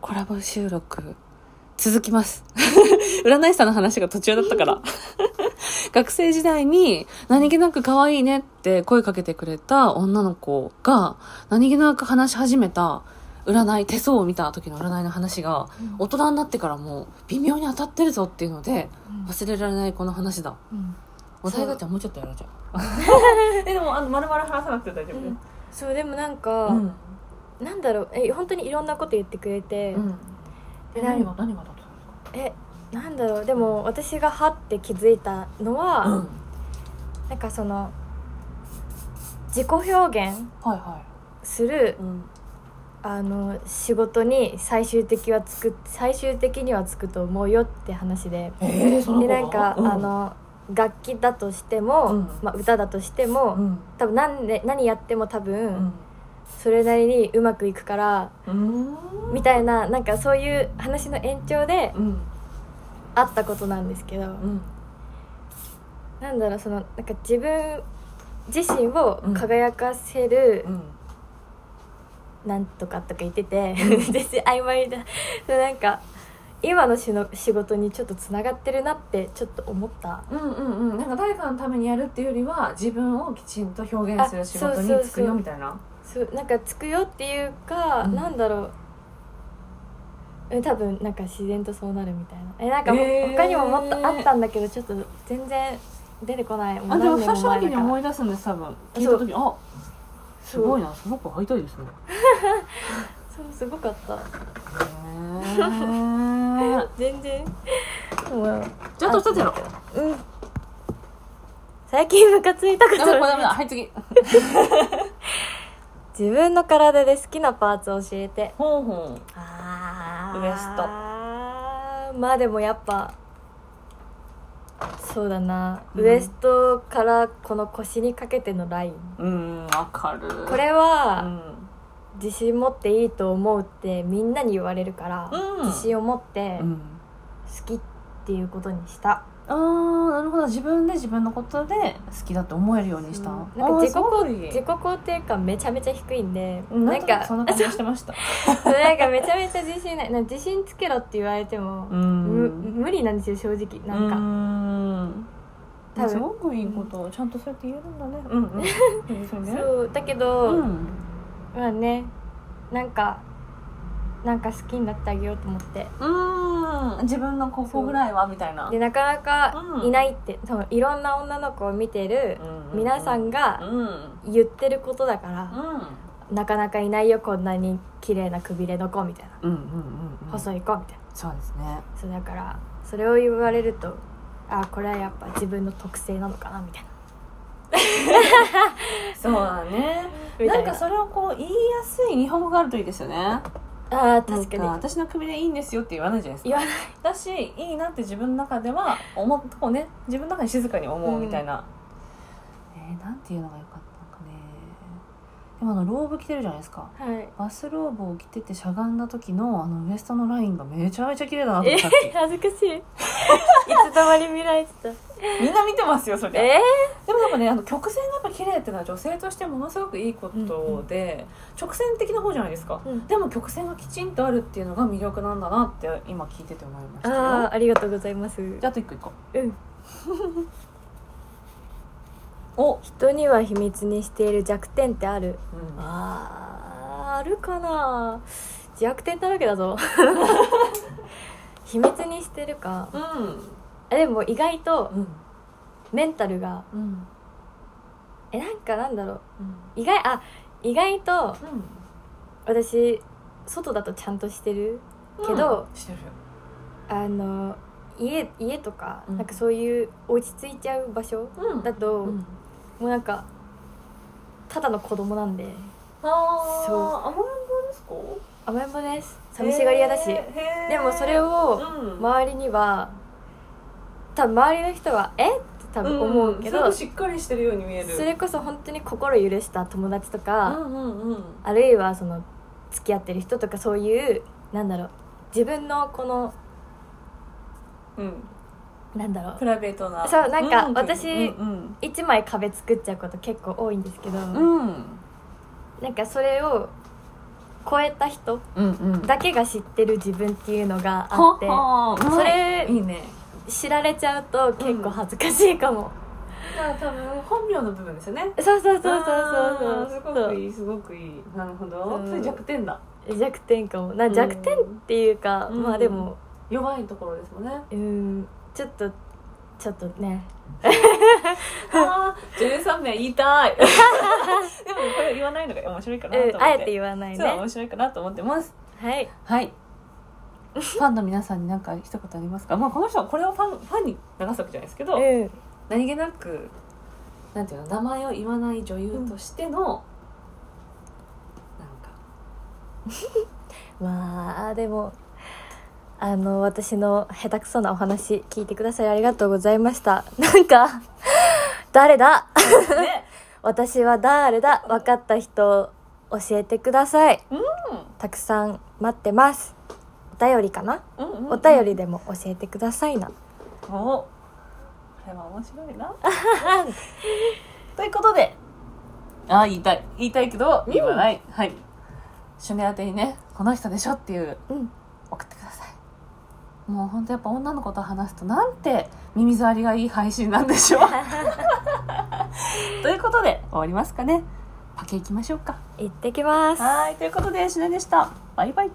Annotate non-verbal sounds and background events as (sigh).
コラボ収録続きます (laughs) 占い師さんの話が途中だったから (laughs) 学生時代に何気なく可愛いねって声かけてくれた女の子が何気なく話し始めた占い手相を見た時の占いの話がうん大人になってからも微妙に当たってるぞっていうので忘れられないこの話だうんおそう題がちゃんもうちょっとやろうじゃあ (laughs) えでもあの丸々話さなくて大丈夫うんそうでもなんか、うんなんだろうえ本当にいろんなこと言ってくれて、うんでなん何がだったえなんだろうでも私がはって気づいたのは、うんなんかその自己表現はいはすいるうんあの仕事に最終的はつく最終的にはつくと思うよって話でえー、そ子でがなんか、うんあの楽器だとしても、うんまあ、歌だとしてうも、ん多分何ね何やっても多分、うんそれなりにうまくいくからうんみたいななんかそういう話の延長でうんあったことなんですけうど、んなんだろうそのなんか自分自身を輝かせるうんなんとかとか言ってて (laughs) 全然曖昧だでなんか今のしの仕事にちょっとつながってるなってちょっと思ったうんうんうんなんか誰かのためにやるっていうよりは自分をきちんと表現する仕事に就くよみたいなそうなんかつくよっていうか、うんなんだろううん多分なんか自然とそうなるみたいなえなんかもうへー他にももっとあったんだけどちょっと全然出てこないもあうでも何最年初の時にも前だから思い出すんです多分聞いた時にあすごいなその子会いたいですねそうすごかったへー全然もうちょっと一つやろううん最近ムカついたことダメだこれダメだはい次自分の体で好きなパーツを教えてほうほあーウエストまあでもやっぱそうだな、うんウエストからこの腰にかけてのラインううんわかるこれうはん自信持っていいと思うってみんなに言われるから、うん自信を持ってうん好きっていうことにした、あーなるほど自分で自分のことで好きだって思えるようにしたうんあーなんか自己すごい自己肯定感めちゃめちゃ低いんで、うんななんんかかそんな感じしてました (laughs) なんかめちゃめちゃ自信ないなんか自信つけろって言われても、むん無理なんですよ正直なんか、ん多分すごくいいことをちゃんとそうやって言えるんだねうんうんそうねそうだけうど、んまあねなんかなんか好きになってあげようと思ってうん自分のここぐらいはみたいなでなかなかうんいないって、多分いろんな女の子を見てる皆さんががうんうん言ってることだから、なかなかいないよこんなに綺麗なくびれの子みたいな、うんうんうんい細い子みたいそうですねなそうだからそれを言われるとあこれはやっぱ自分の特性なのかなみたいなそうだねみたないんかそれをこう言いやすい日本語があるといいですよねあー確かになん私の首でいいんですよって言わないじゃないですか言わないだしいいなって自分の中では思っ (laughs) こうね自分の中に静かに思うみたいな、えーなんていうのが良かったのかねでもあのローブ着てるじゃないですかはいバスローブを着ててしゃがんだ時のあのウエストのラインがめちゃめちゃ綺麗だなと思ったっ恥ずか (laughs) しいいつの間に見られてたけみんな見てますよそりゃえでもなんかねあの曲線がやっぱ綺麗ってのは女性としてものすごくいいことで、直線的な方じゃないですか、うんでも曲線がきちんとあるっていうのが魅力なんだなって今聞いてて思いましたよああありがとうございますじゃああと一個いこうんうお、人には秘密にしている弱点ってあるうん、あーあるかな弱点だらけだぞ (laughs) 秘密にしてるかうあでも意外とんメンタルがうんえなんかなんだろう意外あ意外とう私外だとちゃんとしてるんけどしてるあの家家とか、うんなんかそういう落ち着いちゃう場所、うんだと、もうなんかただの子供なんであーそう甘えん坊ですか甘えん坊です寂しがり屋だし、へーへーでもそれをうん周りには多分周りの人は「えっ?」て多分思うけど、んすごくしっかりしてるように見えるそれこそ本当に心許した友達とうか、んうんうんあるいはその付き合ってる人とかそういうなんだろう自分のこのうんなんだろうプライベートなそうなんかう私うん一枚壁作っちゃうこと結構多いんですけど、うんなんかそれを超えた人うんうんだけが知ってる自分っていうのがあはってはそれいいね知られちゃうと結構恥ずかしいかも、だから多分本名の部分ですよねそうそうそうあーそうそすうそごくういいすごくいいなるほうどんそれ弱点だ弱点かもな弱点っていうか、うんまあでも弱いところですも (laughs) んねうんちょっとちょっとねあー女優さん名言いた (laughs) いでもこれ言わないのが面白いかなと思っうてんあえて言わないそうね面白いかなと思ってますはいはい (laughs) ファンの皆さんに何か一言ありますかまあこの人はこれをファンファンに流すわけじゃないですけど、うん何気なくなんていうの名前を言わない女優としての、なんかまあでもあの私の下手くそなお話聞いてくださりありがとうございました (laughs) なんか誰だ (laughs) ね、私は誰だ分かった人教えてくださいたくさん待ってますお便りかな、うんうんうんお便りでも教えてくださいなおこれは面白いなということでああ言いたい言いたいけど言わない、はい趣味宛てにねこの人でしょっていううん送ってくださいもうほんとやっぱ女の子と話すとなんて耳障りがいい配信なんでしょうということで終わりますかねパケいきましょうか行ってきますはいということでしなでしたバイバイ